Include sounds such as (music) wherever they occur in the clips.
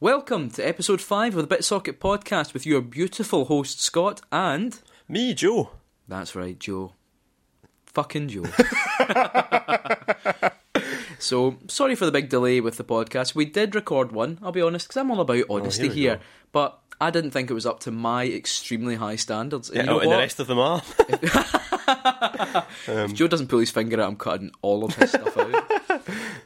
Welcome to episode 5 of the BitSocket podcast with your beautiful host Scott and. Me, Joe. That's right, Joe. Fucking Joe. (laughs) so, sorry for the big delay with the podcast. We did record one, I'll be honest, because I'm all about honesty Oh, here we here. go. But I didn't think it was up to my extremely high standards. And Yeah, you know oh, and the what? rest um, of them are. If Joe doesn't pull his finger out, I'm cutting all of his stuff out. (laughs)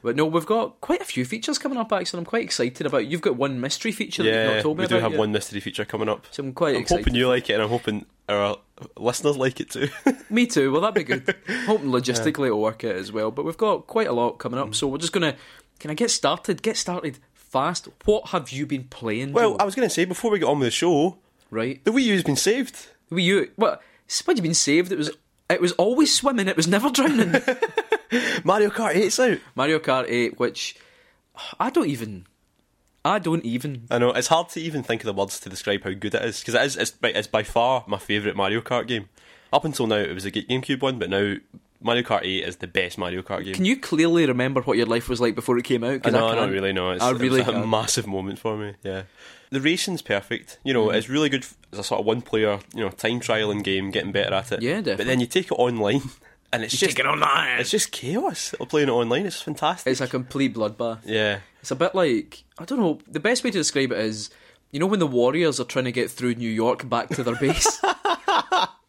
But no, we've got quite a few features coming up, actually. I'm quite excited about. You've got one mystery feature that you've (laughs) yeah, not told me we do about have yet. one mystery feature coming up. So I'm quite I'm excited. hoping you like it, and I'm hoping our listeners like it too. (laughs) Me too. Well, that'd be good. Hoping logistically it'll work out as well. But we've got quite a lot coming Mm. up, so we're just gonna. Can I get started? Get started fast. What have you been playing? well, Joe? I was going to say before we get on with the show, right. the Wii U's been saved. Were you what? What you been saved? It was. It was always swimming. It was never (laughs) drowning. Mario Kart 8's out. Mario Kart Eight, which I don't even. I don't even. I know it's hard to even think of the words to describe how good it is because it is it's by, it's by far my favourite Mario Kart game. Up until now, it was a Ga- GameCube one, but now Mario Kart 8 is the best Mario Kart game. Can you clearly remember what your life was like before it came out? 'Cause no, I not can't. really. No, it's, I it was really a can't. massive moment for me. Yeah, the racing's perfect. You Mm. know, it's really good f- as a sort of one-player, you know, time trialing game, getting better at it. Yeah, But definitely. then you take it online, (laughs) and it's just online. it's just chaos. Playing it online, it's fantastic. It's a complete bloodbath. yeah, It's a bit like I don't know. The best way to describe it is, you know, when the Warriors are trying to get through New York back to their base.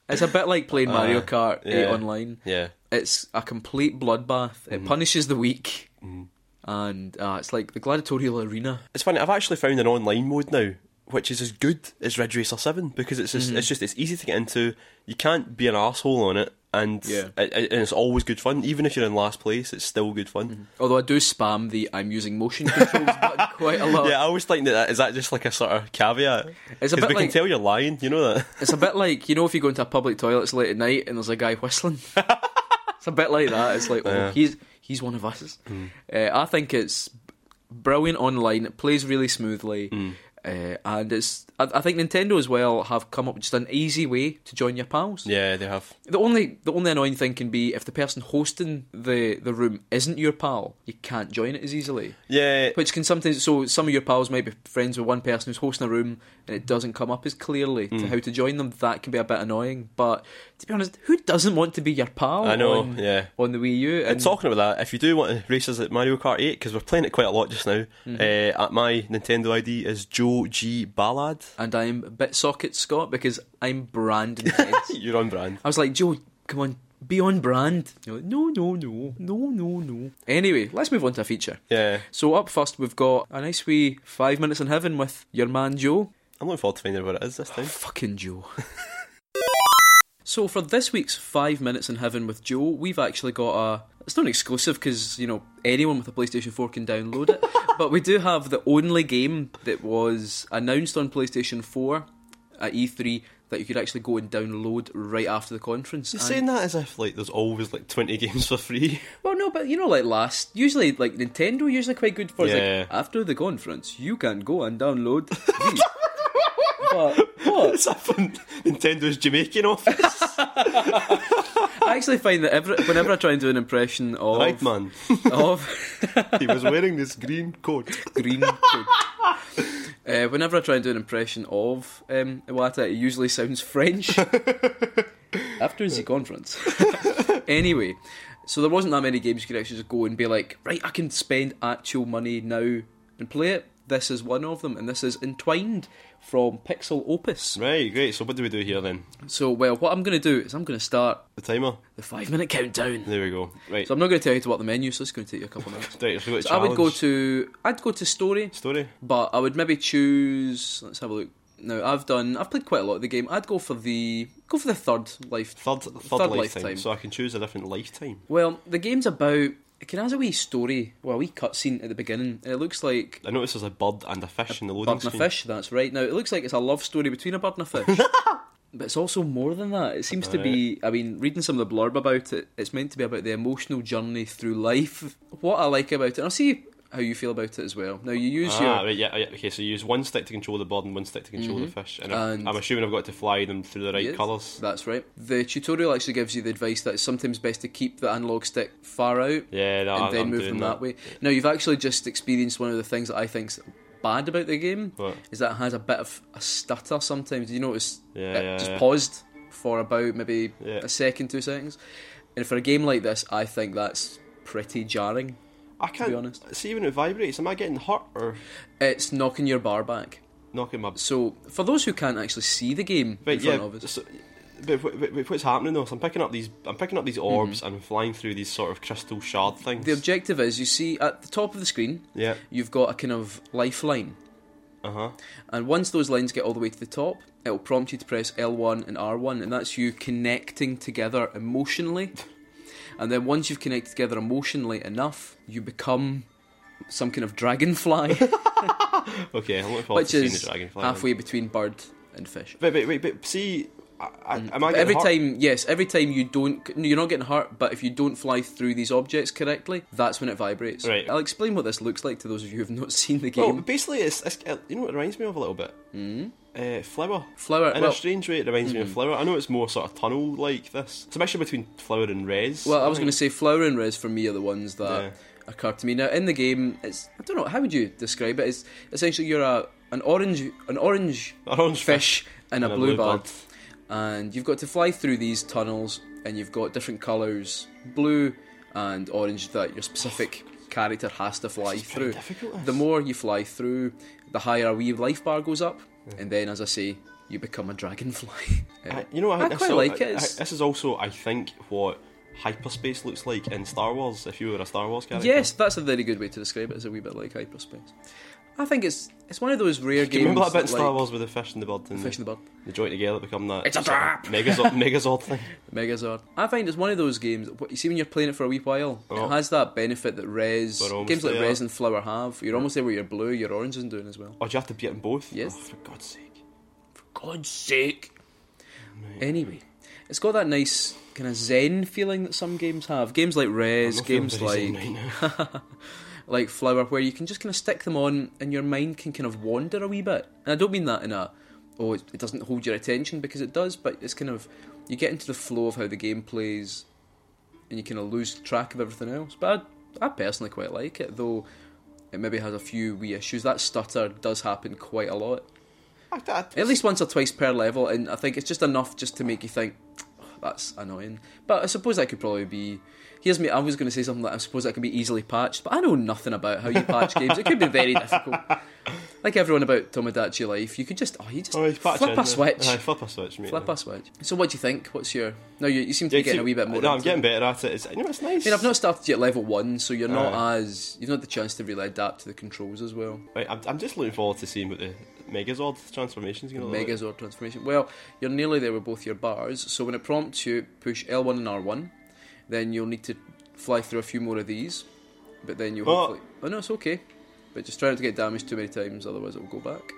it's a bit like playing Mario Kart Eight Uh, yeah. Mm. online. yeah. It's a complete bloodbath. It punishes the weak, Mm. and uh, it's like the gladiatorial arena. It's funny. I've actually found an online mode now, which is as good as Red Racer Seven because it's Mm-hmm. just, it's just it's easy to get into. You can't be an asshole on it, and Yeah. it, it- and it's always good fun. Even if you're in last place, it's still good fun. Although I do spam the I'm using motion controls button quite a lot. (laughs) Yeah, I always think that- that is that just like a sort of caveat. Oh. It's a 'Cause bit we like- can tell you're lying. You know that. (laughs) It's a bit like you know if you go into a public toilet, it's late at night and there's a guy whistling. it's a bit like that. It's like oh, he's he's one of us. Uh, I think it's brilliant online. It plays really smoothly, uh, and it's. I, I think Nintendo as well have come up with just an easy way to join your pals. yeah, they have. The only the only annoying thing can be if the person hosting the the room isn't your pal, you can't join it as easily. Yeah, Which can sometimes so some of your pals might be friends with one person who's hosting a room and it doesn't come up as clearly Hmm. to how to join them. That can be a bit annoying. But to be honest, who doesn't want to be your pal? I know. On, yeah. on the Wii U And talking about that, if you do want to race us at Mario Kart 8, because we're playing it quite a lot just now, Mm-hmm. uh, at my Nintendo ID is Joe G Ballad. (laughs) and I'm Bitsocket Scott because I'm brand (laughs) intense. You're on brand. I was like, Joe, come on, be on brand. You're like, no, no, no, no, no, no. Anyway, let's move on to a feature. Yeah, So up first, we've got a nice wee five minutes in heaven with your man Joe. I'm looking forward to finding out what it is this time. Fucking Joe. (laughs) so for this week's five minutes in heaven with Joe, we've actually got a. It's not an exclusive because you know anyone with a PlayStation Four can download it, but we do have the only game that was announced on PlayStation Four at E3 that you could actually go and download right after the conference. You're And- saying that as if like there's always like 20 (laughs) games for free. well, no, but you know, like last, usually like Nintendo, are usually quite good for us, Yeah. like after the conference, you can go and download. these. but what? It's up on Nintendo's Jamaican office. (laughs) I actually find that every, whenever I try and do an impression of (laughs) right, man. of (laughs) he was wearing this green coat. green, food, uh, whenever I try and do an impression of um, Iwata, it usually sounds (laughs) French. After the conference, (laughs) anyway, so there wasn't that many games you could actually just go and be like, right, I can spend actual money now and play it. This is one of them, and this is Entwined from Pixel Opus. Right, great. So what do we do here then? So, well, what I'm going to do is I'm going to start The timer. the five minute countdown. There we go. Right. So I'm not going to tell you to what the menu, so it's going to take you a couple of minutes. right so we got a I would go challenge. to I'd go to story, story. but I would maybe choose. Let's have a look. Now I've done. I've played quite a lot of the game. I'd go for the go for the third life. Third, third, Third lifetime. lifetime. So I can choose a different lifetime. Well, the game's about. It can has a wee story, well, a wee cutscene at the beginning. It looks like I noticed there's a bird and a fish in the bird loading and a screen. fish. That's right. Now it looks like it's a love story between a bird and a fish. But it's also more than that. It seems to be. I mean, reading some of the (laughs) blurb about it, it's meant to be about the emotional journey through life. What I like about it, and I'll see how you feel about it as well. Now you use Ah, your right, yeah, yeah, okay, so you use one stick to control the bird and one stick to control the fish. And, I'm- Mm-hmm. And- I'm assuming I've got to fly them through the right Yes, colours. That's right. The tutorial actually gives you the advice that it's sometimes best to keep the analog stick far out Yeah, that, and then Ah, I'm move doing them that, way. Now you've actually just experienced one of the things that I think's bad about the game What? is that it has a bit of a stutter sometimes. You notice Yeah, it yeah, just yeah. paused for about maybe Yeah. a second, two seconds. And for a game like this, I think that's pretty jarring. I can't honest. see when it vibrates. Am I getting hurt or It's knocking your bar back. knocking my? So for those who can't actually see the game in But front yeah, of us, so, but, wh- wh- wh- what's happening though? is I'm picking up these. I'm picking up these orbs Mm-hmm. and I'm flying through these sort of crystal shard things. the objective is you see at the top of the screen, yeah. you've got a kind of lifeline. Uh huh. And once those lines get all the way to the top, it'll prompt you to press L1 and R1, and that's you connecting together emotionally. (laughs) And then once you've connected together emotionally enough, you become some kind of (laughs) dragonfly, Okay. I'm looking forward which to seeing is the dragonfly. then. halfway between bird and fish. But wait, wait, but see, I, I, am I Mm. But getting every hurt? time, yes, every time you don't, you're not getting hurt, but if you don't fly through these objects correctly, that's when it vibrates. Right. I'll explain what this looks like to those of you who've not (laughs) seen the Well, game. basically, it's, it's uh, you know what it reminds me of a little bit. Mm. Uh, flower. Flower, In well- mm. a strange way, it reminds me of flower. I know it's more sort of tunnel like this. It's a mixture between flower and res. Well, I was going to say Flower and Res for me are the ones that Yeah. occur to me. Now in the game, it's I don't know how would you describe it. It's essentially you're a an orange an orange An (laughs) orange fish and a and a blue blue bird, and you've got to fly through these tunnels, and you've got different colours, blue and orange, that your specific character has to fly is through. pretty difficult, this. The more you fly through, the higher our wee life bar goes up, and then, as I say, you become a dragonfly. I, you know, I, I this quite al- like it. I- It's- this is also, I think, what hyperspace looks like in Star Wars. If you were a Star Wars character, Yes, that's a very good way to describe it. It's a wee bit like hyperspace. I think it's it's one of those rare Do games. you remember that bit in that, Star like, Wars with the fish and the bird and Fish the, and the Bird, they join together become that It's a sort of trap! Megazord, (laughs) Megazord thing? Megazord. I find it's one of those games. what- You see, when you're playing it for a wee while, Oh. it has that benefit that Res We're almost games like there. Res and Flower have. You're almost there where your blue, your orange isn't doing as well. Oh, do you have to beat them both? Yes. Oh, for God's sake. God's sake. Anyway, it's got that nice kind of zen feeling that some games have. Games like Res, Not feeling games very zen like right (laughs) now. like flower where you can just kind of stick them on and your mind can kind of wander a wee bit. And I don't mean that in a oh it it doesn't hold your attention because it does, but it's kind of you get into the flow of how the game plays and you kind of lose track of everything else. But I, I personally quite like it though. It maybe has a few wee issues. That stutter does happen quite a lot, I, I, at least once or twice per level, and I think it's just enough just to make you think "Oh, that's annoying. But I suppose that could probably be. Here's me. I was going to say something that I suppose that could be easily patched, but I know nothing about how you patch games. It could be very difficult. Like everyone about Tomodachi Life, you could just oh, you just Oh, he's flip patching, a yeah. switch, Aye, flip a switch, mate. flip a switch. So what do you think? What's your? No, you, you seem to Yeah, be getting keep- a wee bit more. No, I'm into it. getting better at it. It's, you know, it's nice. I mean, I've not started yet level one, so you're not Aye. as you've not the chance to really adapt to the controls as well. Right, I'm, I'm just looking forward to seeing what the Megazord transformation's going to look like. Megazord transformation. Well, you're nearly there with both your bars. So when it prompts you, push L1 and R1. Then you'll need to fly through a few more of these. But then you'll Oh. hopefully. Oh no, it's okay. But just try not to get damaged too many times, otherwise it'll go back.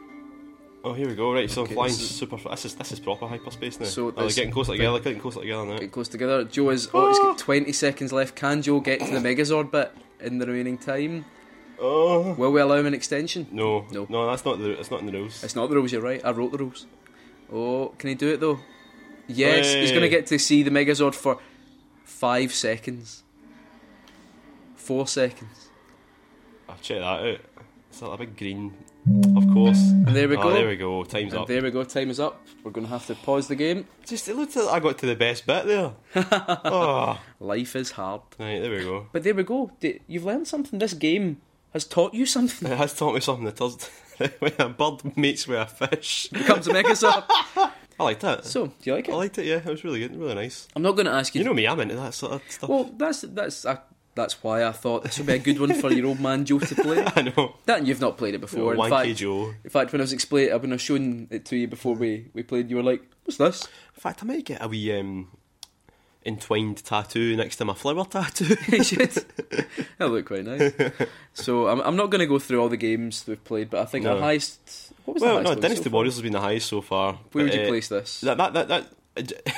Oh, here we go. Right, so Okay, I'm flying this is- super. This is this is proper hyperspace now. So So oh, they're this- getting closer together. They're getting closer together now. Get close together. Joe is. Oh, it's got 20 seconds left. Can Joe get to the Megazord bit in the remaining time? Oh Will we allow him an extension? no, No. no, that's not the. It's not in the rules. It's not the rules, you're right. I wrote the rules. Oh, can he do it though? Yes, he's going to Hey. get to see the Megazord for five seconds. Four seconds. I'll check that out. It's that a big green? Of course. And there we oh, go. There we go. Time's And up. there we go, time is up. We're going to have to pause the game. Just it looked like I got to the best (laughs) bit there. oh, Life is hard. right, there we go. (laughs) But there we go. D- You've learned something. This game has taught you something. (laughs) It has taught me something that does. (laughs) when a bird mates with a fish, Becomes a Megazord. I liked that. So, do you like I it? liked it. Yeah, it was really good. Really nice. I'm not going to ask you. You know me. I'm into that sort of stuff. well, that's that's uh, that's why I thought this would be a good one for your old man Joe to play. (laughs) I know. That and you've not played it before. Wanky In fact, Joe. In fact, when I was explaining, when I was showing it to you before we, we played, you were like, "What's this?" (laughs) In fact, I might get a wee um, entwined tattoo next to my flower (laughs) tattoo. You should. that looked quite nice. So I'm, I'm not going to go through all the games we've played, but I think No. the highest. What was well, the highest no, one Dynasty uh, so far? Warriors has been the highest so far. Where but, would you uh, place this? That (laughs) that that. that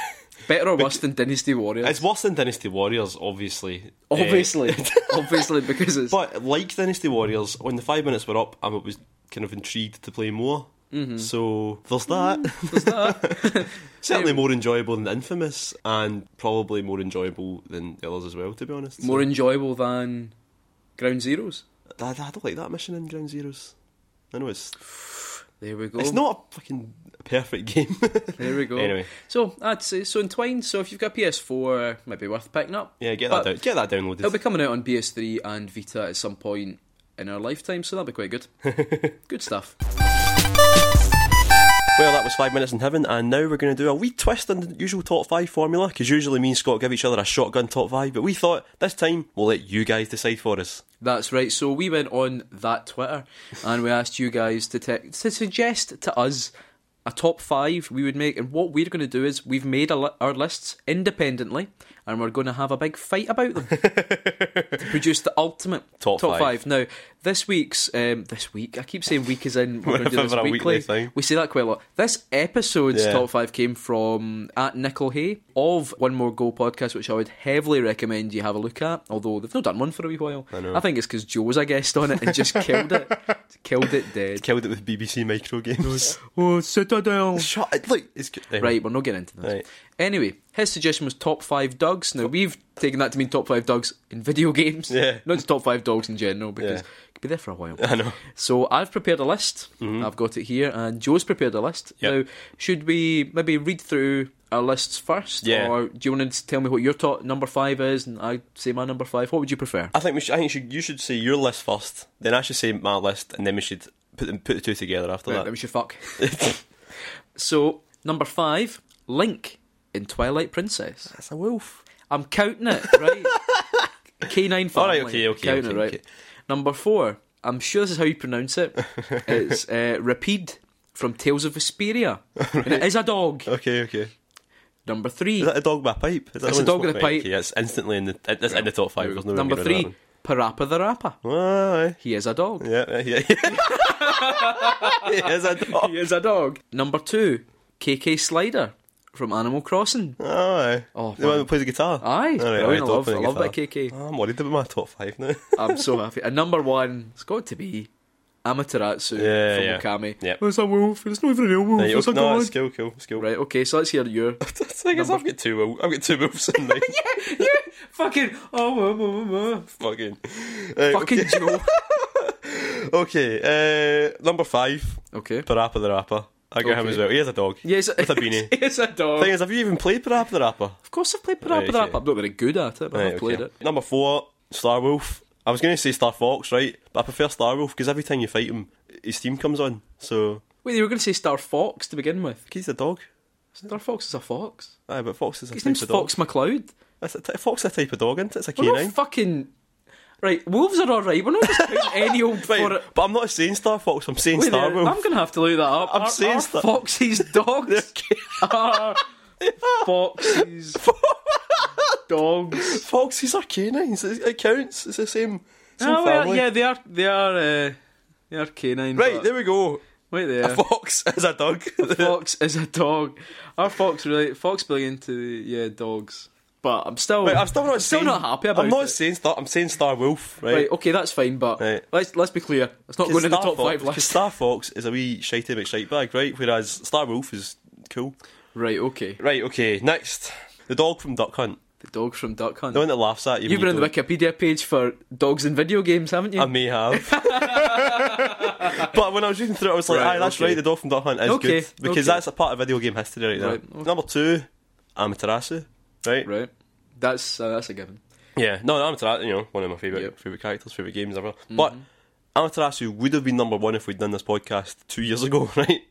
Better or worse than Dynasty Warriors? It's worse than Dynasty Warriors, obviously. (laughs) Obviously, Eh, obviously, because it's but like Dynasty Warriors, when the five minutes were up, I was kind of intrigued to play more. Mm-hmm. So there's that. Mm, (laughs) (laughs) Um, Certainly more enjoyable than Infamous, and probably more enjoyable than the others as well. To be honest, more enjoyable than Ground Zeroes. So, I, I don't like that mission in Ground Zeroes. I know it's There we go. it's not a fucking perfect game. (laughs) There we go. Anyway. So I'd say so entwined. So if you've got PS4, might be worth picking up. yeah, get But that down. Get that downloaded. It'll be coming out on PS3 and Vita at some point in our lifetime, so that'll be quite good. good stuff. Well, that was five minutes in heaven, and now we're going to do a wee twist on the usual top five formula, because usually me and Scott give each other a shotgun top five, but we thought this time we'll let you guys decide for us. That's right. So we went on that Twitter and we asked you guys to te- to suggest to us a top five we would make. And what we're going to do is we've made a li- our lists independently, and we're going to have a big fight about them to (laughs) produce the ultimate Top five. Now, this week's um, this week I keep saying week is in. We're (laughs) going to do Whenever this a weekly. weekly thing. We say that quite a lot. This episode's Yeah. top five came from at Nickel Hay of One More Go podcast, which I would heavily recommend you have a look at. Although they've not done one for a wee while. I know. I think it's because Joe was a guest on it and just killed (laughs) it, killed it dead. Killed it with BBC micro games. Oh, Citadel. Shut it, look, it's good. Anyway, (laughs) Right, we're not getting into that. Right. Anyway, his suggestion was top five dogs. Now we've taken that to mean top five dogs in video (laughs) games, Yeah. not just top five dogs in general, because Yeah. it could be there for a while. (laughs) (laughs) I know. So I've prepared a list. I've got it here, and Joe's prepared a list. Mm-hmm. Yep. Now, should we maybe read through our lists first, Yeah. or do you want to tell me what your top number five is, and I say my number five? What would you prefer? I think we should, I think you should, you should say your list first, then I should say my list, and then we should put them, put the two together after Right, that. then we should (laughs) fuck. so number five, Link in Twilight Princess. That's a wolf. I'm counting (laughs) it, right? K9 family. All right, okay, okay, Counting okay, it, right? okay. Number four. I'm sure this is how you pronounce it. (laughs) It's uh, Rapide from Tales of Vesperia. And it is a dog. Okay, okay. Is Number three. that a dog with a pipe? Is that It's one a dog that's- with a right, pipe. Okay, that's instantly in the, that's in the top five. There's no way Number I'm three. getting Parappa the Rapper. rid of that one. Aye. He is a dog. Yeah, yeah, yeah. (laughs) it is a dog. He is a dog. Number two. KK Slider from Animal Crossing. Aye. Oh, the man. one that plays the guitar. Aye, All right, brilliant. all right, I dog love, I playing love that guitar. KK. Oh, I'm worried about my top five now. I'm so happy. And number one, it's got to be Amaterasu Yeah, from yeah. Okami. Yep. It's a wolf. It's not even a real wolf. Right, it's a okay, no, dog. it's cool, cool, it's cool. (laughs) Right, okay, so let's hear your I guess I've got two. wolf- I've got two wolves in mine. (laughs) fucking oh, oh, oh, oh, Fucking. Right, oh. fucking Joe. Okay. okay uh, number five, (laughs) Okay. Parappa the Rapper. I got him Okay. as well. He has a dog. Yes, With (laughs) a beanie. It's a dog. Thing is, have you even played Parappa the Rapper? of course, I've played Right, Parappa. Right, okay. I'm not very good at it, but I've Right, played okay. it. Number four, Star Wolf. I was going to say Star Fox, right? But I prefer Star Wolf because every time you fight him, his theme comes on. So Wait, you were going to say Star Fox to begin with? he's a dog. Star Fox is a fox. Aye, but Fox is a His type name's of dog. Fox McCloud. That's a t- fox is a type of dog, isn't it? It's a We're canine. not fucking right. Wolves are all right. We're not just (laughs) putting any old Right, for it. but I'm not saying Star Fox. I'm saying Wait Star there, Wolf. (laughs) I'm gonna have to look that up. I'm Are- saying are Star- Foxy's (laughs) dogs are (laughs) Foxy's dogs. Foxes are canines. It, it counts. It's the same, same Ah, well, family. yeah, they are. They are. Uh, they are canine. Right but- there we go. wait there. (laughs) A fox (laughs) is a dog. (laughs) fox is a dog. Our fox really. Fox being into yeah dogs. But I'm still. Right, I'm still not still saying, not happy about I'm not it. saying Star. I'm saying Star Wolf. Right. Right, okay, that's fine, but Right. let's let's be clear. It's not 'Cause going in the Star top Fox, five 'cause list. (laughs) Star Fox is a wee shitey McShite bag, right? Whereas Star Wolf is cool. Right, okay. Right. Okay. Next, the dog from Duck Hunt, The dogs from Duck Hunt. the one that laughs at you. You've been when on you the Wikipedia page for dogs in video games, haven't you? I (laughs) may have. (laughs) but when I was reading through it, I was like, Right, aye, that's okay. right, the Dolphin Duck Hunt is Okay, good. Because okay. that's a part of video game history right there. Right, okay. Number two, Amaterasu. Right? Right. That's uh, that's a given. Yeah, no, Amaterasu, you know, one of my favourite Yep. Mm-hmm. favourite characters, favourite games ever. But Amaterasu would have been number one if we'd done this podcast two years ago, (laughs) right?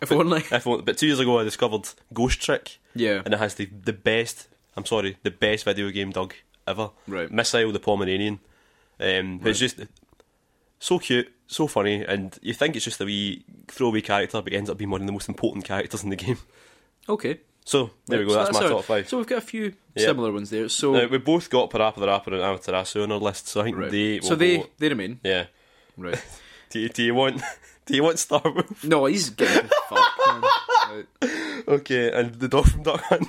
If only. (laughs) if, we- but two years ago, I discovered Ghost Trick. Yeah. And it has the, the best, I'm sorry, the best video game dog ever. Right. Missile the Pomeranian. Um, but It's just so cute, so funny, and you think it's just a wee throwaway character, but it ends up being one of the most important characters in the game. (laughs) Okay. So, there we go, So that's, my our- top five. So we've got a few Yeah. similar ones there. So now, we both got Parappa the Rapper and Amaterasu on our list, so I think right. they will so they vote. they remain. Yeah. (laughs) Right. Do you, do you want (laughs) do you want Star (laughs) Wolf? No, he's getting fucked. man. Right. (laughs) Okay, and the dog from Duck Hunt.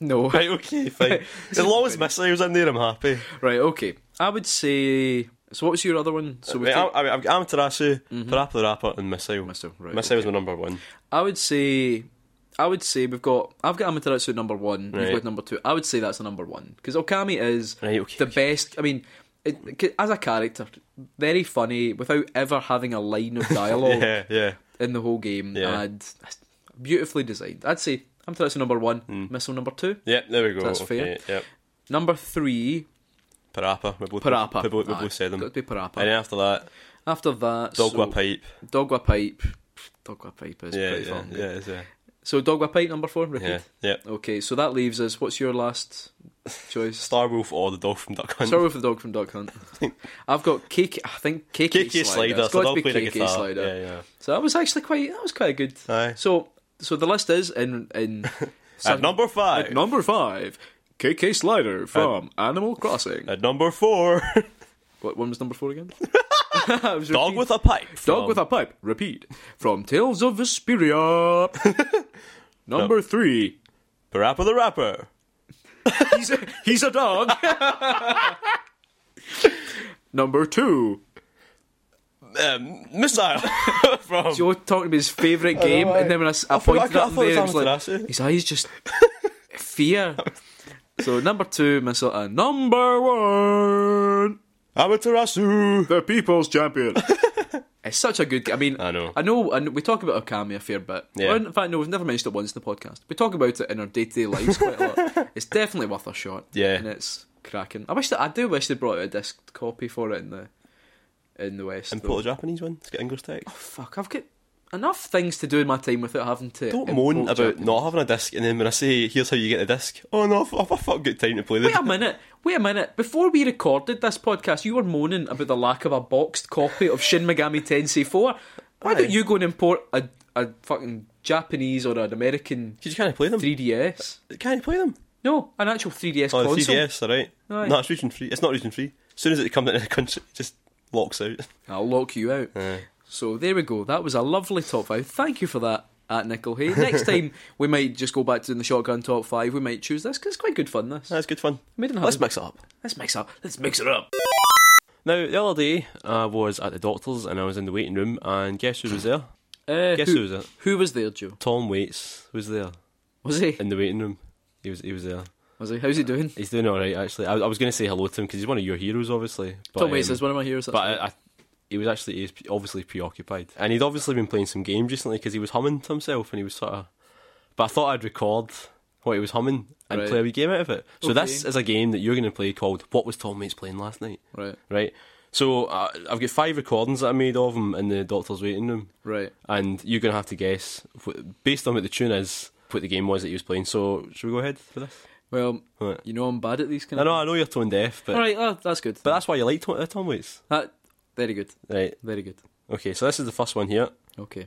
No. (laughs) Right, (laughs) okay, fine. as long as Missy was in there, I'm happy. Right, okay. I would say. So, what was your other one? So, we Right, take- I'm, I'm, I'm Tarasu, Parappa the Rapper, and Mm-hmm. Missile. Missile, right, Missile was my number one. I would say. I would say we've got. I've got Amaterasu at number one. We've Right. got number two. I would say that's a number one because Okami is Right, okay, the best. I mean, it, c- as a character, very funny without ever having a line (laughs) of dialogue Yeah, yeah. in the whole game, Yeah. and beautifully designed. I'd say Amaterasu number one, Hmm. Missile number two, Yeah, there we go. That's okay, Yep. number three, Parappa. We both, Parappa. We both, we both Aye, said them. Got to be Parappa. And then after that, After that, Dogwa so, Pipe. Dogwa Pipe. Dogwa Pipe is Yeah, pretty yeah, fun. yeah, it's, yeah. So Dogwa Pipe number four, repeat. yeah, yeah. Okay, so that leaves us. What's your last (laughs) choice? Star Wolf or the dog from Duck Hunt. (laughs) Start with the dog from Duck Hunt. I've got Cake. I think Cake KK Slider. Slider. It's got So they'll to be play the Cake guitar. Slider. Yeah, So that was actually quite. That was quite good. yeah. Aye. So so the list is in (laughs) in At number five. at number five. KK Slider from Animal Crossing. At number four, (laughs) what one was number four again? I was Dog repeating- with a Pipe. Dog with a pipe. Repeat. From Tales of Vesperia. (laughs) Number three. Parappa the Rapper. He's a, he's a (laughs) dog. Number two. Um, missile (laughs) from. Joe talking about his favourite game, I- and then when I, s- I I forgot- pointed I at him thought it there, it was was like, Amaterasu. his eyes (laughs) just fear. So number two, missile, and number one, Amaterasu. the People's Champion. (laughs) it's such a good. g- I mean, I know. I know, and we talk about Okami a fair bit. Yeah. Well, in fact, no, we've never mentioned it once in the podcast. We talk about it in our day to day lives quite a lot. (laughs) It's definitely worth a shot. Yeah. and it's cracking. I wish that I do wish they brought out a disc copy for it in the in the West. though. Import a Japanese one. Let's get English text. Fuck, I've got enough things to do in my time without having to. Don't import moan about Japanese. not having a disc, and then when I say here's how you get a disc, oh no, I've, I've, I've got time to play this. Wait a minute. Wait a minute. Before we recorded this podcast, you were moaning about the lack of a boxed copy of Shin Megami Tensei 4. Why don't you go and import a, a fucking Japanese or an American Because you can't play them. 3DS? Can't play them. No, an actual 3DS Oh, the console. 3DS, alright. Aye. No, it's region free. It's not region free. As soon as it comes into the country, it just locks out. (laughs) I'll lock you out. So there we go. That was a lovely top five. Thank you for that, at Nickel Hay. (laughs) Next time we might just go back to doing the shotgun top five. We might choose this because it's quite good fun. This. That's good fun. Made in Let's heaven. mix it up. Let's mix up. Let's mix it up. Now, the other day, I was at the doctor's and I was in the waiting room, and guess who was there? Uh, Guess who, who was it? who was there, Joe? Tom Waits was there Was he? in the waiting room. He was he was there. Was he? How's he doing? He's doing all right actually. I, I was going to say hello to him because he's one of your heroes, obviously. But, Tom Waits um, is one of my heroes. that's But I, I, he was actually he was obviously preoccupied, and he'd obviously been playing some games recently because he was humming to himself, and he was sort of. But I thought I'd record what he was humming and Right. play a wee game out of it. So Okay. this is a game that you're going to play called "What Was Tom Waits Playing Last Night?" Right, Right. So uh, I've got five recordings that I made of him in the doctor's waiting room, right. and you're going to have to guess wh- based on what the tune is, what the game was that he was playing. So should we go ahead for this? Well, Right. you know I'm bad at these kind I of. know, I know you're tone deaf, but All right, oh, that's good. but that's why you like Tom, uh, Tom Waits, that very good, right? very good. Okay, so this is the first one here. Okay.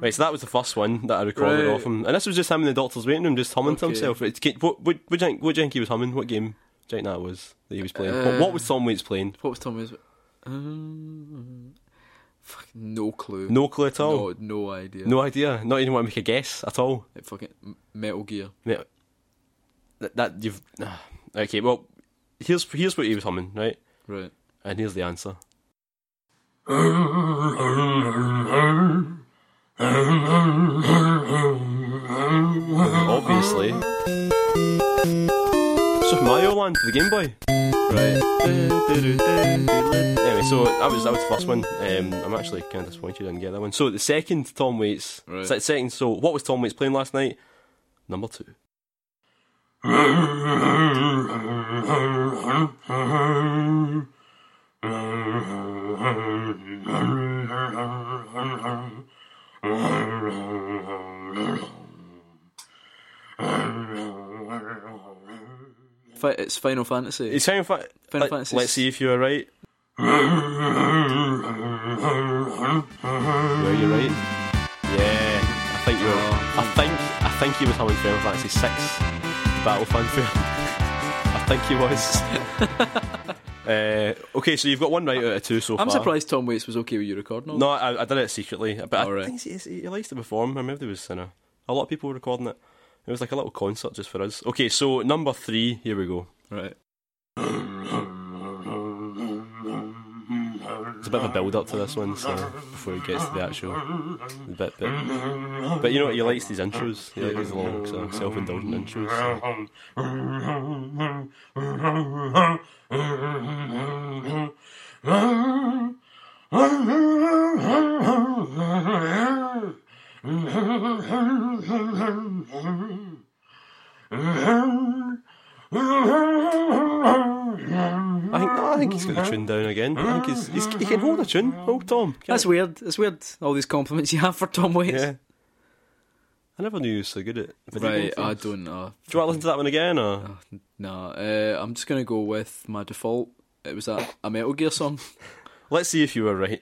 Right, so that was the first one that I recorded Right. off him, and this was just him in the doctor's waiting room, just humming to Okay. himself. It's, what, what, what, do you think, what do you think he was humming? What game? Do you think that was that he was playing? what, Uh, what was Tom Waits playing? What was Tom Waits? Um, fuck, no clue. No clue at all. no, no idea. No idea. Not even want to make a guess at all. Like fucking M- Metal Gear. Mate, That, that you've (sighs) ah. okay. Well, here's here's what he was humming, right? Right. And here's the answer. Obviously, Super Mario Land for the Game Boy. Right. Anyway, so that was that was the first one. Um, I'm actually kind of disappointed I didn't get that one. So the second Tom Waits, Right. se- second. So what was Tom Waits playing last night? Number two. Fi- it's Final Fantasy. It's kind of fa- Final let- Fantasy. Let's see if you are right. Were you right? Yeah, I think you're. Oh, I think I think he was having Final Fantasy Six battle fanfare. (laughs) I think he was. (laughs) uh, okay, so you've got one right out of two so I'm far. surprised Tom Waits was okay with you recording all No, I, I did it secretly, but I All right. think he, he he likes to perform. Or maybe there was you know, a lot of people were recording it. It was like a little concert just for us. Okay, so number three, here we go. that. Right. It's a bit of a build up to this one, so before it gets to the actual bit, bit. But you know what? He likes these intros. He likes these long, sort of self-indulgent intros. so- I think, no, I think he's got the tune down again. I think he's, he's he can hold a tune. Oh, Tom. can That's it? weird. It's weird. All these compliments you have for Tom Waits. Yeah. I never knew you were so good at video Right, I games. don't know. Do you want to listen to that one again, or Nah, uh, I'm just gonna go with my default. It was a, a Metal Gear song. let's see if you were right?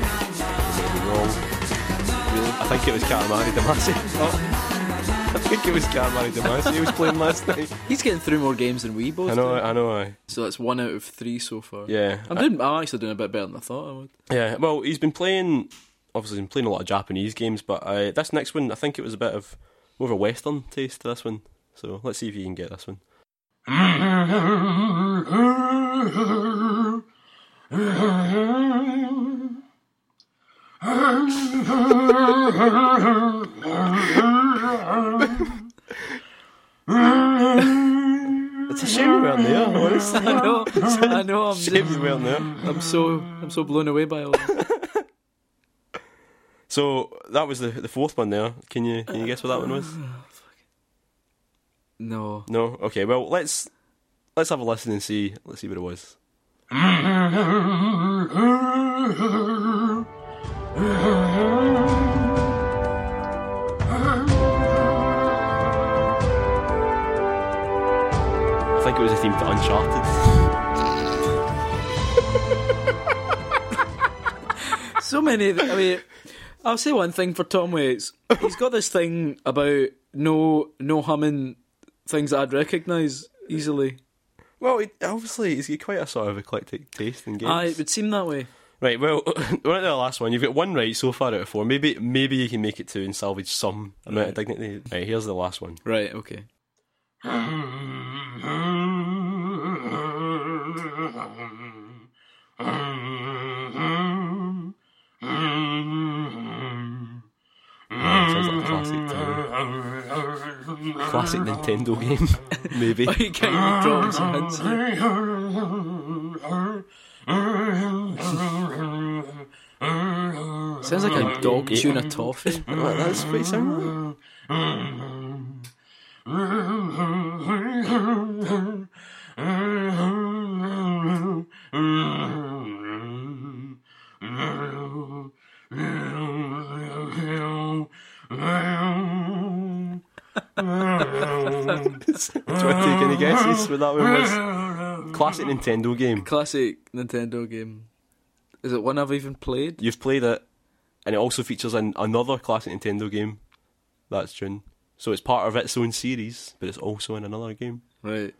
Wrong. I think it was Katamari Damacy. Oh. I think it was Katamari Damacy he was playing last night. He's getting through more games than we both. I know, do. I know, I. So that's one out of three so far. Yeah. I'm doing. I'm actually doing a bit better than I thought I would. Yeah, well, he's been playing. Obviously, he's been playing a lot of Japanese games, but uh, this next one, I think it was a bit of more of a Western taste to this one. So let's see if you can get this one. It's a shame you weren't there. (laughs) Honestly. I know. I know. I'm, Shame just, you weren't there. I'm so. I'm so blown away by all. That. So that was the the fourth one there. Can you can you guess what that one was? No. No. Okay. Well, let's let's have a listen and see. Let's see what it was. I think it was a theme to Uncharted. So many. of the- I mean, I'll say one thing for Tom Waits. He's got this thing about no, no humming things that I'd recognise easily. Well, it, obviously, he's got quite a sort of eclectic taste in games. Aye, it would seem that way. Right, well, (laughs) we're at the last one. You've got one right so far out of four. Maybe, maybe you can make it two and salvage some amount of dignity. Right, here's the last one. Right. (laughs) Okay. Sounds like a classic, uh, classic Nintendo game. (laughs) maybe. you can't drop some hints. here. é Sounds like a dog Yeah. chewing a toffee. Well, that's pretty similar. Do I take any guesses what that one was? Classic Nintendo game. (laughs) Classic Nintendo game. Is it one I've even played? You've played it, and it also features an, another classic Nintendo game. That's June. So it's part of its own series, but it's also in another game. Right.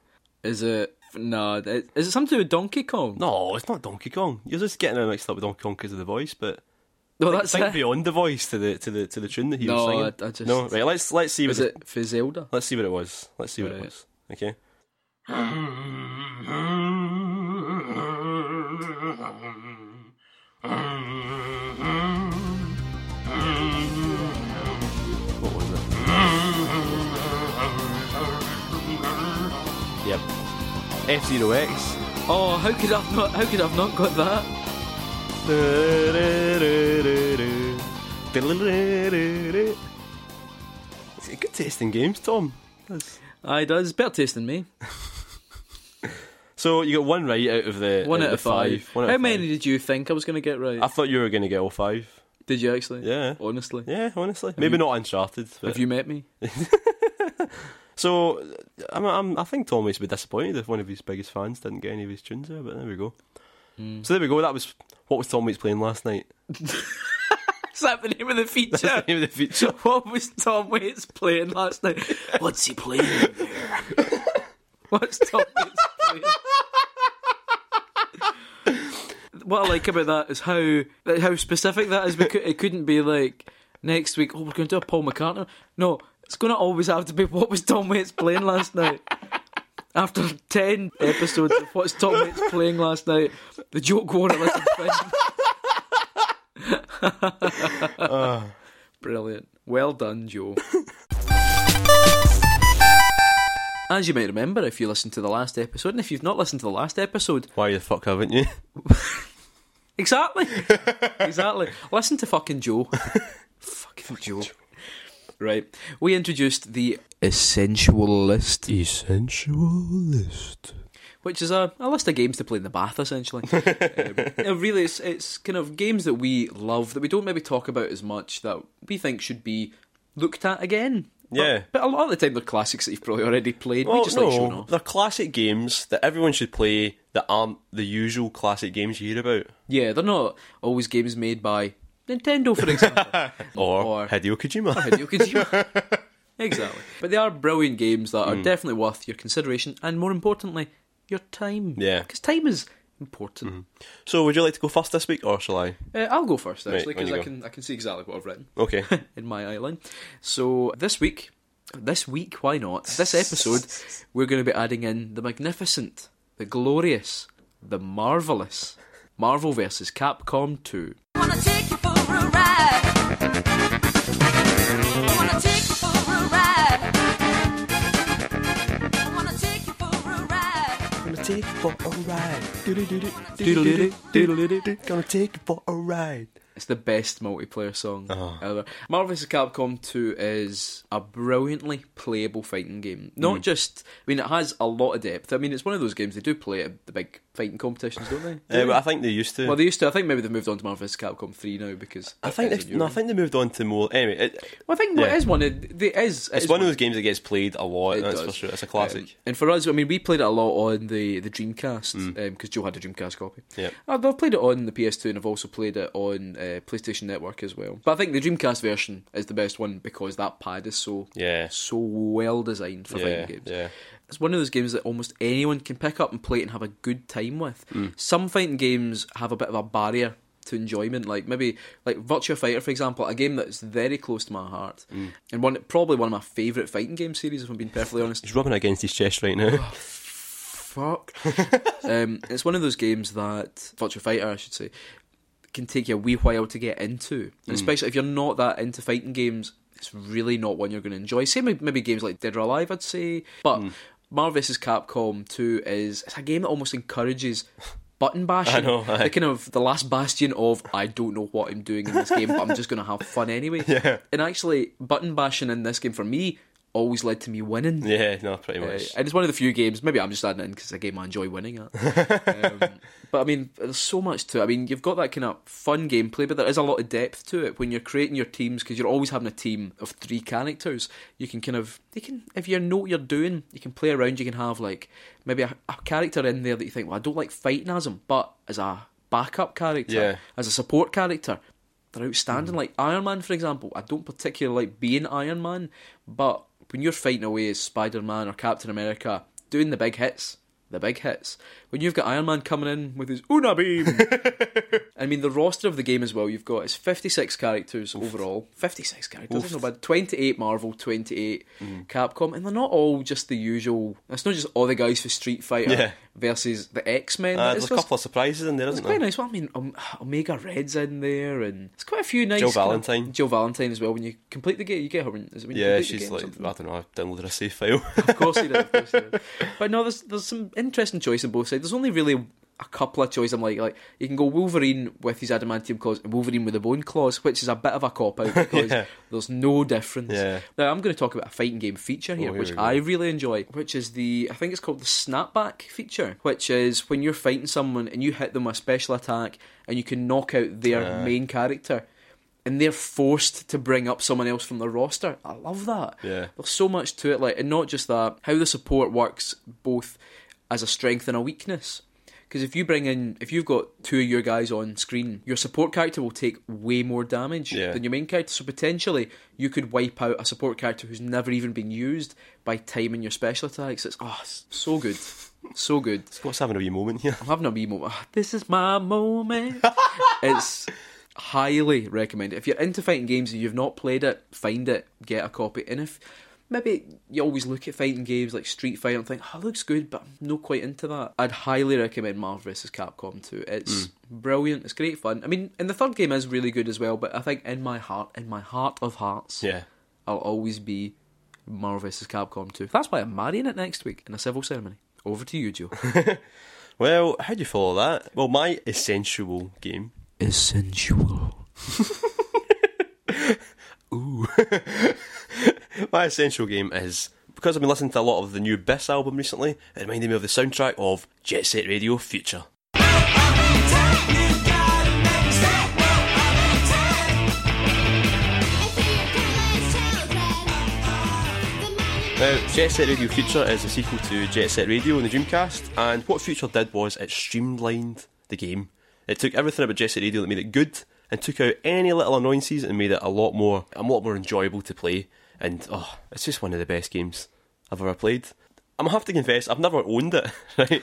Is it? Nah. it- Is it something with Donkey Kong? No, it's not Donkey Kong. You're just getting it mixed up with Donkey Kong because of the voice, but No, that's think it. beyond the voice to the to the to the tune that he No, was singing. I- I just- No, right. Let's let's see what Is the- it for Zelda? let's see what it was. Let's see what Right. it was. Okay. What was it? Yep. F Zero X. Oh, how could I've not? How could I've not got that? It's a good tasting games, Tom. Aye, it does better taste than me. So you got one right out of the One uh, out the of five. One out how of many five. did you think I was going to get right? I thought you were going to get all five. did you actually? Yeah. Honestly. Yeah, honestly, maybe not Uncharted. but- Have you met me? So I'm, I'm, I think Tom would be disappointed if one of his biggest fans didn't get any of his tunes there, but there we go. Hmm. So there we go. That was what was Tom Waits playing last night. (laughs) Is that the name of the feature? That's the name of the feature. (laughs) What was Tom Waits playing last night? What's he playing in there? (laughs) What's Tom Waits playing? What I like about that is how how specific that is. Because it couldn't be like next week. Oh, we're going to do a Paul McCartney. No, it's going to always have to be what was Tom Waits playing last night. After ten episodes of what's Tom Waits playing last night, the joke won't listen. Brilliant. Well done, Joe. (laughs) As you might remember, if you listened to the last episode, and if you've not listened to the last episode, Why the fuck haven't you? (laughs) exactly, exactly, listen to fucking Joe. (laughs) fucking Joe. Right, we introduced the Essentialist, Essentialist. which is a, a list of games to play in the bath, (laughs) essentially. um, no, really, it's it's kind of games that we love that we don't maybe talk about as much that we think should be looked at again. But- Yeah. but, a lot of the time they're classics that you've probably already played. we Well, just Oh, no, like showing off. they're classic games that everyone should play that aren't the usual classic games you hear about. Yeah, they're not always games made by Nintendo, for example. Or, Or- Hideo Kojima. Hideo Kojima. exactly. But they are brilliant games that Hmm. are definitely worth your consideration and, more importantly, your time. Yeah. Mm-hmm. Because time is important. (laughs) so would you like to go first this week or shall I? Uh, I'll go first, actually, Right, when because you I go. can, I can see exactly what I've written (laughs) Okay. in my outline. So, this week, this week, why not? This (laughs) episode, we're going to be adding in the magnificent, the glorious, the marvellous Marvel vs. Capcom (laughs) 2. Wanna take you for a ride. I wanna take you for a ride. I wanna take you for a ride. Gonna take you for a ride. Doodle-doodle, doodle-doodle. Gonna take you for a ride. It's the best multiplayer song Ah. ever. Marvel vs. Capcom 2 is a brilliantly playable fighting game. Not Hmm. just, I mean, it has a lot of depth. I mean, it's one of those games they do play at the big fighting competitions, don't they? Uh, but I think they used to. well, they used to. I think maybe they've moved on to Marvel vs. Capcom 3 now because. I it think is a they new no, I one. think they moved on to more. Anyway, it, Well, I think what yeah. is one. It, it is. it's one of those games that gets played a lot. It That's does. for sure. It's a classic. Um, and for us, I mean, we played it a lot on the the Dreamcast because Mm. Joe had a Dreamcast copy. Yep. I've, I've played it on the PS2 and I've also played it on uh, PlayStation Network as well. But I think the Dreamcast version is the best one because that pad is so yeah. so well designed for Yeah. fighting games. Yeah. It's one of those games that almost anyone can pick up and play it and have a good time with. Some fighting games have a bit of a barrier to enjoyment, like maybe like Virtua Fighter, for example, a game that's very close to my heart and one probably one of my favourite fighting game series, if I'm being perfectly honest. He's rubbing it against his chest right oh. now. (laughs) fuck. um, it's one of those games that Virtua Fighter, I should say, can take you a wee while to get into, Hmm. and especially if you're not that into fighting games. It's really not one you're going to enjoy. Same with maybe games like Dead or Alive, I'd say, but Hmm. Marvel vs. Capcom Two is it's a game that almost encourages. Button bashing, (laughs) I know, aye. the kind of the last bastion of I don't know what I'm doing in this game, but I'm just going to have fun anyway. (laughs) Yeah. And actually, button bashing in this game for me always led to me winning. (laughs) yeah. No, pretty much. Uh, and it's one of the few games. Maybe I'm just adding it in because it's a game I enjoy winning at. um, but I mean, there's so much to it. I mean, you've got that kind of fun gameplay, but there is a lot of depth to it when you're creating your teams because you're always having a team of three characters. You can kind of, you can, if you know what you're doing, you can play around. You can have like maybe a, a character in there that you think, well, I don't like fighting as him, but as a backup character, Yeah. as a support character. They're Hmm. outstanding. Like Iron Man, for example, I don't particularly like being Iron Man, but when you're fighting away as Spider Man or Captain America, doing the big hits, the big hits, when you've got Iron Man coming in with his Una (laughs) Beam. I mean, the roster of the game as well, you've got is 56 characters overall. 56 characters, that's not bad. 28 Marvel, 28 Hmm. Capcom, and they're not all just the usual. It's not just all the guys for Street Fighter Yeah. versus the X Men. Uh, there's a couple of surprises in there, It's isn't quite there? nice. Well, I mean, um, Omega Red's in there, and it's quite a few nice. Jill kind of- Valentine. Jill Valentine as well. When you complete the game, you get her. When, is it when you Yeah, complete the she's game or like, something? I don't know, I downloaded a save file. (laughs) of course he did. Of course he did. But no, there's there's some interesting choice on both sides. There's only really a couple of choices. I'm like, like you can go Wolverine with his adamantium claws and Wolverine with the bone claws, which is a bit of a cop (laughs) out because Yeah. there's no difference. Yeah. Oh, Now I'm going to talk about a fighting game feature here, here which we go. I really enjoy, which is the I think it's called the snapback feature, which is when you're Ah. fighting someone and you hit them with a special attack and you can knock out their main character. and they're forced to bring up someone else from the roster. I love that. Yeah. There's so much to it, like, and not just that. How the support works both as a strength and a weakness. Because if you bring in, if you've got two of your guys on screen, your support character will take way more damage Yeah. than your main character. So potentially, you could wipe out a support character who's never even been used by timing your special attacks. It's oh, it's so good, so good. Scott's having a wee moment here. (laughs) I'm having a wee moment. Ah, This is my moment. it's highly recommended. If you're into fighting games and you've not played it, find it, get a copy. And if maybe you always look at fighting games like Street Fighter and think, oh, it looks good, but I'm not quite into that, I'd highly recommend Marvel vs. Capcom 2. It's brilliant, it's great fun. I mean, and the third game is really good as well, but I think in my heart, in my heart of hearts, Yeah. I'll always be Marvel vs. Capcom 2. That's why I'm marrying it next week in a civil ceremony. Over to you, Joe. Well, how do you follow that? Well, my essential game is sensual. My essential game is because I've been listening to a lot of the new Biss album recently, it reminded me of the soundtrack of Jet Set Radio Future. Now, Jet Set Radio Future is a sequel to Jet Set Radio on the Dreamcast, and what Future did was it streamlined the game. It took everything about Jet Set Radio that made it good, and took out any little annoyances and made it a lot more, a lot more enjoyable to play. And oh, it's just one of the best games I've ever played. I'm gonna have to confess, I've never owned it. (laughs) (laughs) Right,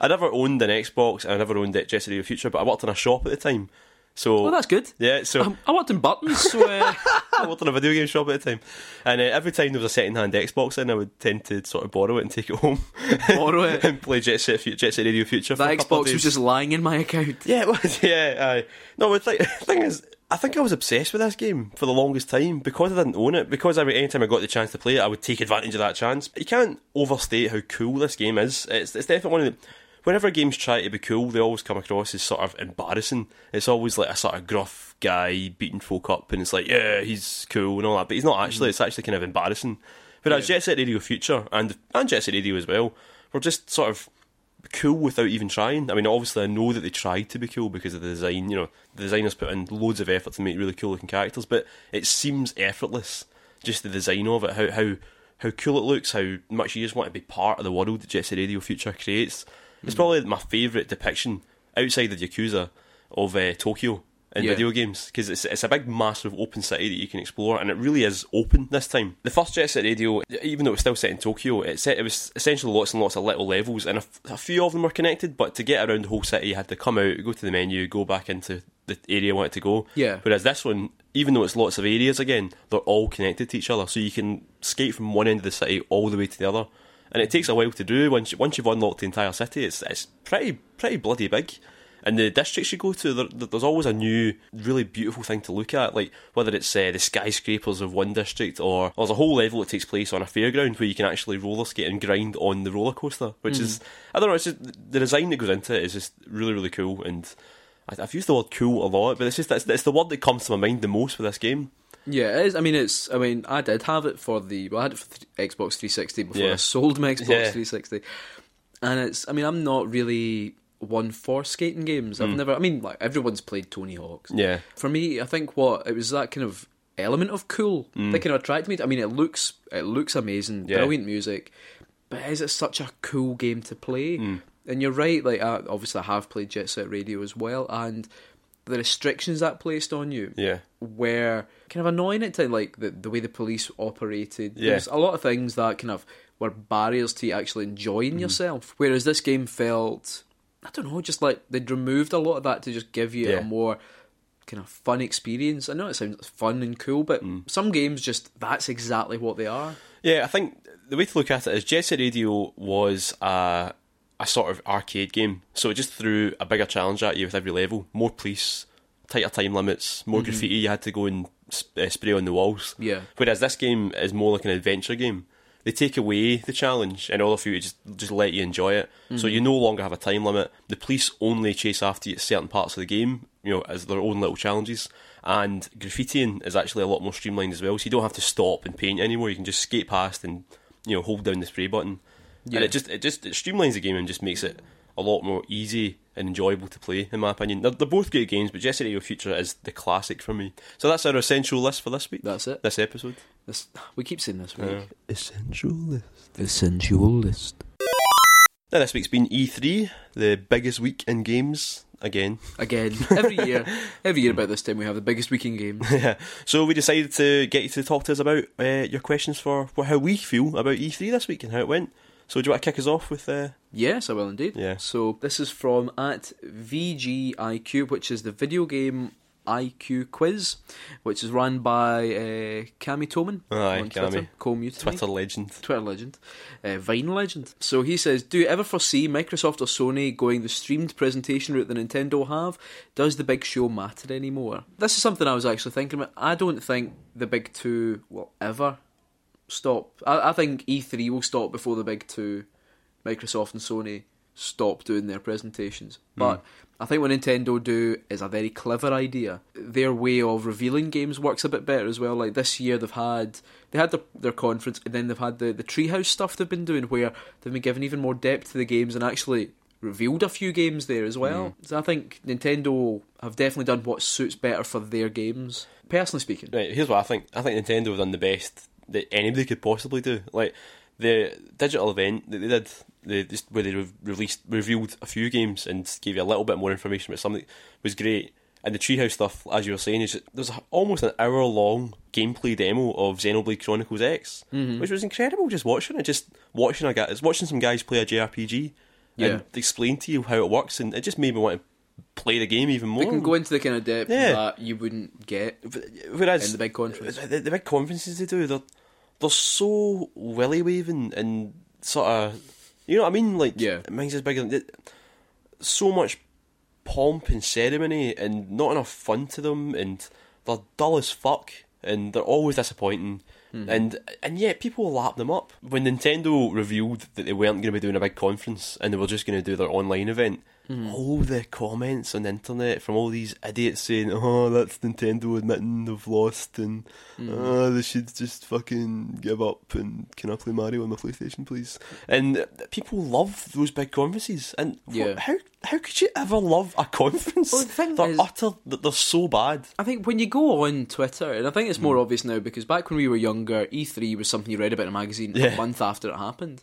I never owned an Xbox, and I never owned it Jet Set Radio Future, but I worked in a shop at the time. So Well, that's good. Yeah, so Um, I worked in buttons, so (laughs) uh, (laughs) I worked in a video game shop at the time, and uh, every time there was a second-hand Xbox in, I would tend to sort of borrow it and take it home, Borrow it. (laughs) and play Jet Set, Fu- Jet Set Radio Future. for a that couple of Xbox was days. just lying in my account. (laughs) yeah, it was, yeah. Aye. No, but (laughs) the thing is, I think I was obsessed with this game for the longest time because I didn't own it. Because every any time I got the chance to play it, I would take advantage of that chance. You can't overstate how cool this game is. It's it's definitely one of the. Whenever games try to be cool, they always come across as sort of embarrassing. It's always like a sort of gruff guy beating folk up, and it's like, yeah, he's cool and all that, but he's not actually. It's actually kind of embarrassing. Whereas Jet Set Radio Future and and Jet Set Radio as well were just sort of cool without even trying. I mean, obviously, I know that they tried to be cool because of the design. You know, the designers put in loads of effort to make really cool looking characters, but it seems effortless. Just the design of it, how how how cool it looks, how much you just want to be part of the world that Jet Set Radio Future creates. It's probably my favourite depiction outside of Yakuza of uh, Tokyo in Yeah. video games because it's it's a big, massive open city that you can explore, and it really is open this time. The first Jet Set Radio, even though it was still set in Tokyo, it set it was essentially lots and lots of little levels, and a, f- a few of them were connected. But to get around the whole city, you had to come out, go to the menu, go back into the area you wanted to go. Yeah. Whereas this one, even though it's lots of areas again, they're all connected to each other, so you can skate from one end of the city all the way to the other. And it takes a while to do once you, once you've unlocked the entire city. It's it's pretty pretty bloody big. And the districts you go to, there, there- there's always a new, really beautiful thing to look at. Like whether it's uh, the skyscrapers of one district, or there's a whole level that takes place on a fairground where you can actually roller skate and grind on the roller coaster, which is I don't know. It's just the design that goes into it is just really really cool. And I- I've used the word cool a lot, but it's just that's it's the word that comes to my mind the most with this game. Yeah, it is. I mean, it's. I mean, I did have it for the. Well, I had it for th- Xbox 360 before Yeah. I sold my Xbox Yeah. 360, and it's. I mean, I'm not really one for skating games. I've never. I mean, like everyone's played Tony Hawk's. Hmm. Yeah. For me, I think what it was that kind of element of cool that kind of attracted me. I mean, it looks it looks amazing, Hmm. Yeah. brilliant music, but is it such a cool game to play? Hmm. And you're right. Like, I, obviously, I have played Jet Set Radio as well, and the restrictions that placed on you Yeah. were kind of annoying at times, like the, the way the police operated. Yeah. There's a lot of things that kind of were barriers to you actually enjoying Mm. yourself. Whereas this game felt, I don't know, just like they'd removed a lot of that to just give you Yeah. a more kind of fun experience. I know it sounds fun and cool, but Mm. some games just that's exactly what they are. Yeah, I think the way to look at it is Jet Set Radio was a, a sort of arcade game. So it just threw a bigger challenge at you with every level. More police, tighter time limits, more graffiti you had to go and sp- uh, spray on the walls. Yeah. Whereas this game is more like an adventure game. They take away the challenge in order for you to just, just let you enjoy it. So you no longer have a time limit. The police only chase after you at certain parts of the game, you know, as their own little challenges. And graffitiing is actually a lot more streamlined as well. So you don't have to stop and paint anymore. You can just skate past and you know hold down the spray button. Yeah. And it just it just it streamlines the game and just makes it a lot more easy and enjoyable to play, in my opinion. They're, they're both great games, but Jet Set Radio Future is the classic for me. So that's our essential list for this week. That's it. This episode. Uh, This, we keep saying this week. Essential list. The sensual list. Now, this week's been E3, the biggest week in games, again. (laughs) Again, every year, every year about this time we have the biggest weekend game. so we decided to get you to talk to us about uh, your questions for for how we feel about E3 this week and how it went. So do you want to kick us off with... Uh, Yes, I will indeed. Yeah. So this is from at VGIQ, which is the video game IQ quiz, which is run by uh, Cami Toman Aye, on Cami. Twitter. Call Mutiny. Twitter legend. Twitter legend, uh, Vine legend. So he says, "Do you ever foresee Microsoft or Sony going the streamed presentation route that Nintendo have? Does the big show matter anymore?" This is something I was actually thinking about. I don't think the big two will ever stop. I, I think E3 will stop before the big two, Microsoft and Sony, stop doing their presentations. But I think what Nintendo do is a very clever idea. Their way of revealing games works a bit better as well. Like this year, they've had they had their, their conference, and then they've had the the Treehouse stuff they've been doing, where they've been giving even more depth to the games and actually revealed a few games there as well. So I think Nintendo have definitely done what suits better for their games. Personally speaking, Right, here's what I think. I think Nintendo have done the best that anybody could possibly do. Like the digital event that they did, they just where they re- released revealed a few games and gave you a little bit more information about something was great. And the Treehouse stuff, as you were saying, is there's a- almost an hour long gameplay demo of Xenoblade Chronicles X, Mm-hmm. which was incredible. Just watching it, just watching a guy, it's watching some guys play a JRPG Yeah. and explain to you how it works, and it just made me want to play the game even more. They can go into the kind of depth Yeah. that you wouldn't get. Whereas In the big conference. the, the- the big conferences they do, they're they're so willy waving and sort of, you know what I mean? Like, Yeah. mine's is bigger than so much pomp and ceremony, and not enough fun to them, and they're dull as fuck, and they're always disappointing. And and yet people lap them up. When Nintendo revealed that they weren't going to be doing a big conference and they were just going to do their online event, all the comments on the internet from all these idiots saying, "Oh, that's Nintendo admitting they've lost," and "Oh, they should just fucking give up." And can I play Mario on the PlayStation, please? And people love those big conferences. And wh- Yeah. how how could you ever love a conference? Well, the thing they're is- utter. They're so bad. I think when you go on Twitter, and I think it's more Hmm. obvious now because back when we were younger, E3 was something you read about in a magazine Yeah. a month after it happened.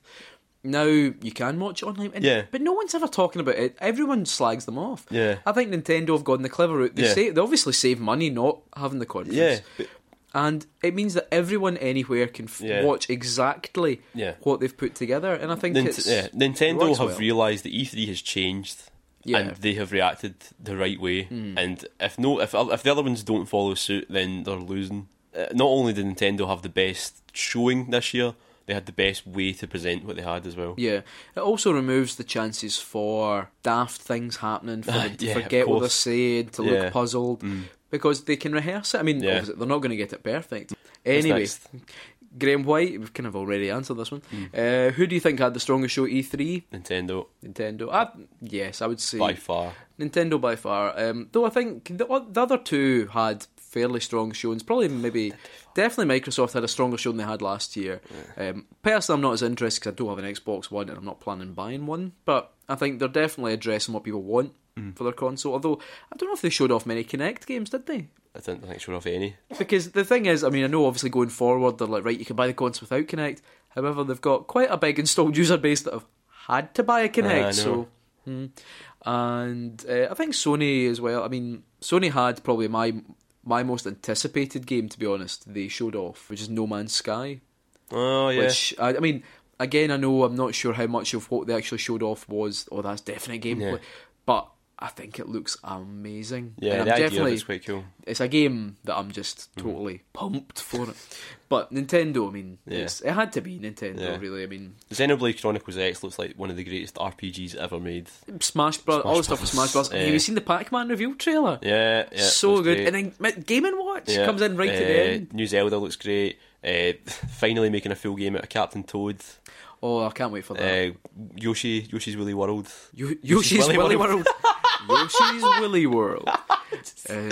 Now you can watch it online, and, Yeah. but no one's ever talking about it. Everyone slags them off. Yeah. I think Nintendo have gone the clever route. They Yeah. say they obviously save money not having the conference. Yeah, but- and it means that everyone anywhere can f- Yeah. watch exactly Yeah. what they've put together, and I think Nint- it's yeah, it Nintendo works have well. realised that E3 has changed, Yeah. Hmm. and they have reacted the right way. And if no, if if the other ones don't follow suit, then they're losing. Uh, not only did Nintendo have the best showing this year, they had the best way to present what they had as well. Yeah, it also removes the chances for daft things happening, (laughs) for them to Yeah, of forget what they're course. saying, to Yeah. Mm. look puzzled, because they can rehearse it. I mean, Yeah. obviously, they're not going to get it perfect. Anyway, next? Graham White, we've kind of already answered this one. Mm. Uh, who do you think had the strongest show? E3, Nintendo Nintendo. I, yes, I would say by far. Nintendo by far. Um, though I think the, o- the other two had fairly strong showings. Probably maybe definitely Microsoft had a stronger show than they had last year. Um, personally, I'm not as interested because I don't have an Xbox One and I'm not planning on buying one. But I think they're definitely addressing what people want for their console. Although I don't know if they showed off many Kinect games, did they? I don't think sure of any. Because the thing is, I mean, I know obviously going forward they're like right, you can buy the console without Kinect. However, they've got quite a big installed user base that have had to buy a I Kinect. know. so, hmm. and uh, I think Sony as well. I mean, Sony had probably my my most anticipated game to be honest. They showed off, which is No Man's Sky. Oh yeah, Which I, I mean, again, I know I'm not sure how much of what they actually showed off was. Oh, that's definite gameplay, Yeah. but. I think it looks amazing. yeah. And I'm The idea of definitely- it's quite cool. it's a game that I'm just Mm-hmm. totally pumped for it. But Nintendo, I mean, Yeah. it's, it had to be Nintendo, Yeah. really. I mean, Xenoblade Chronicles X looks like one of the greatest RPGs ever made. Smash Bros. Smash all the stuff with Bros. Smash Bros. Yeah. Have you seen the Pac-Man reveal trailer? Yeah, yeah. so looks good. great. And then Ma- Game and Watch Yeah. comes in right to the Uh, end. New Zelda looks great. Uh, (laughs) finally making a full game out of Captain Toad. Oh, I can't wait for that. Uh, Yoshi, Yoshi's Woolly World. Yo- Yoshi's Willy Willy World. (laughs) Yoshi's Willy World. Um,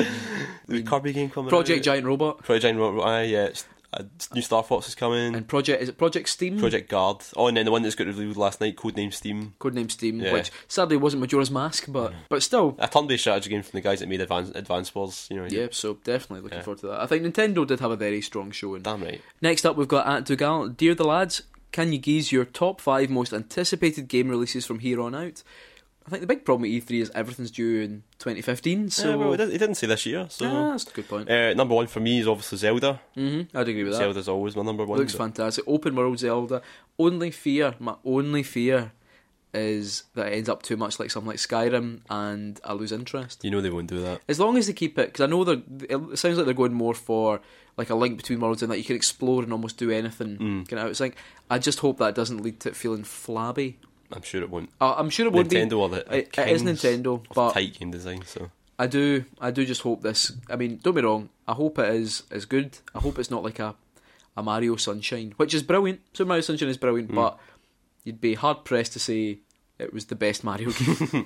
The Kirby game coming. Mm. Project out. Giant Robot. Project Giant. Robot, Aye, yeah. it's- a new Star Fox is coming. And Project is it Project Steam? Project Guard. Oh, and then the one that's got revealed last night, codename Steam. Codename Steam, Yeah. which sadly wasn't Majora's Mask, but but still. A turn-based strategy game from the guys that made Advance Advance Wars. You know. Yeah, so definitely looking forward to that. I think Nintendo did have a very strong showing. Damn right. Next up, we've got at Dugal. Dear the lads, can you geese your top five most anticipated game releases from here on out? I think the big problem with E3 is everything's due in 2015, so. yeah, well, it didn't, it didn't say this year, so. Ah, that's a good point. Uh, number one for me is obviously Zelda. hmm I'd agree with that. Zelda's always my number one. Looks but- fantastic. Open world Zelda. Only fear, my only fear, is that it ends up too much like something like Skyrim and I lose interest. You know they won't do that. As long as they keep it, because I know they're. It sounds like they're going more for like a link between worlds and that you can explore and almost do anything. Mm. Kind of, it's like I just hope that doesn't lead to it feeling flabby. I'm sure it won't. Uh, I'm sure it would Nintendo be. are the- the it- it is kings Nintendo, of but tight game design. So I do, I do just hope this. I mean, don't be wrong. I hope it is is good. I hope it's not like a, a Mario Sunshine, which is brilliant. Super Mario Sunshine is brilliant, Mm. but you'd be hard pressed to say it was the best Mario (laughs) game.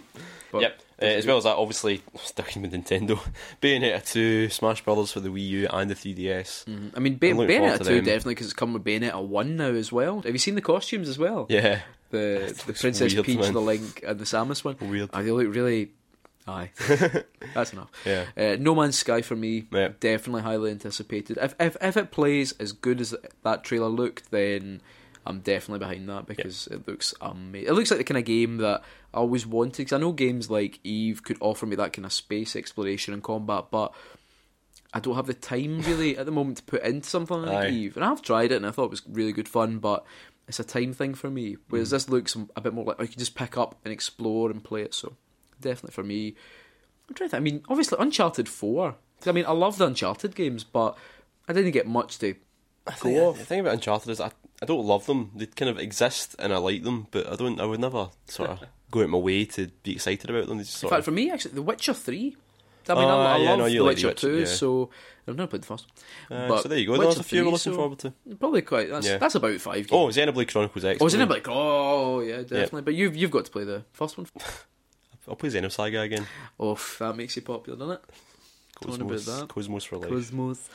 but yep. Uh, as well as that, obviously (laughs) sticking with Nintendo, (laughs) Bayonetta two, Smash Brothers for the Wii U and the 3DS. I mean, Bay- I'm looking forward Bayonetta to two them. definitely because it's come with Bayonetta one now as well. Have you seen the costumes as well? Yeah. the the Princess weird, Peach, man. the Link, and the Samus one. Weird. Ah, they look really. (laughs) Aye, that's enough. Yeah. Uh, no Man's Sky for me, Yeah. definitely highly anticipated. If, if if it plays as good as that trailer looked, then I'm definitely behind that because it looks amazing. It looks like the kind of game that I always wanted. Because I know games like Eve could offer me that kind of space exploration and combat, but I don't have the time really at the moment to put into something like Aye. Eve. And I've tried it and I thought it was really good fun, but it's a time thing for me. Mm. Whereas this looks a bit more like I can just pick up and explore and play it. So definitely for me. I'm trying to think. I mean, obviously Uncharted 4. 'Cause, I mean, I love the Uncharted games, but I didn't get much to go Yeah, off. The thing about Uncharted is I, I don't love them. They kind of exist and I like them, but I don't. I would never sort (laughs) of go out my way to be excited about them. They just In sort fact, of. for me, actually, The Witcher 3. I mean, Ah, I, I yeah, love no, you The like Witcher The Witcher, 2, yeah. so I've never played the first. Uh, but so there you go. Witcher There's a few we're 3, looking so forward to. Probably quite. That's, Yeah. that's about five games. Oh, Xenoblade Chronicles X. I was in it like, oh yeah, definitely. But you've you've got to play the first one. I'll play Xenosaga again. Oh, that makes you popular, doesn't it? Tell me about Cosmos, that. Cosmos for life. Cosmos.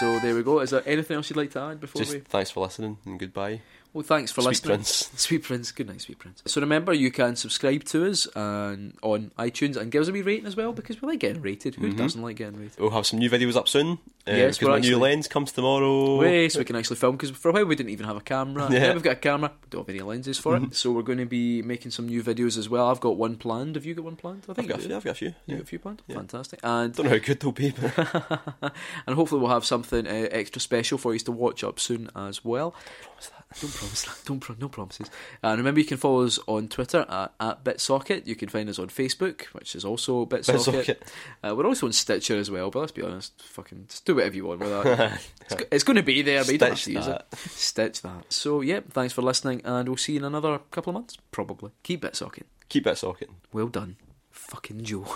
So there we go. Is there anything else you'd like to add before Just we? thanks for listening and goodbye. Well, thanks for Sweet listening, Prince. Sweet Prince. Good night, Sweet Prince. So remember, you can subscribe to us and on iTunes and give us a wee rating as well because we like Mm-hmm. getting rated. Who doesn't like getting rated? We'll have some new videos up soon. Uh, Yes, because we're my new actually- lens comes tomorrow. way so we can actually film because for a while we didn't even have a camera. Oh. Yeah. Mm-hmm. Now we've got a camera, we don't have any lenses for it. So we're going to be making some new videos as well. I've got one planned. Have you got one planned? I I've think got a you few. do. I've got a few. You Yeah. got a few planned. Fantastic. And Don't know how good they'll be, but (laughs) and hopefully we'll have something uh, extra special for you to watch up soon as well. Don't promise that. Don't pro- no promises. And remember, you can follow us on Twitter at, at BitSocket. You can find us on Facebook, which is also BitSocket. BitSocket. Uh, we're also on Stitcher as well, but let's be honest, fucking just do whatever you want with that. (laughs) it's, go- it's going to be there, but you don't have to Stitch use it. Stitch that. So, yeah, thanks for listening, and we'll see you in another couple of months, probably. Keep BitSocket. keep that socket. Well done. Fucking Joe.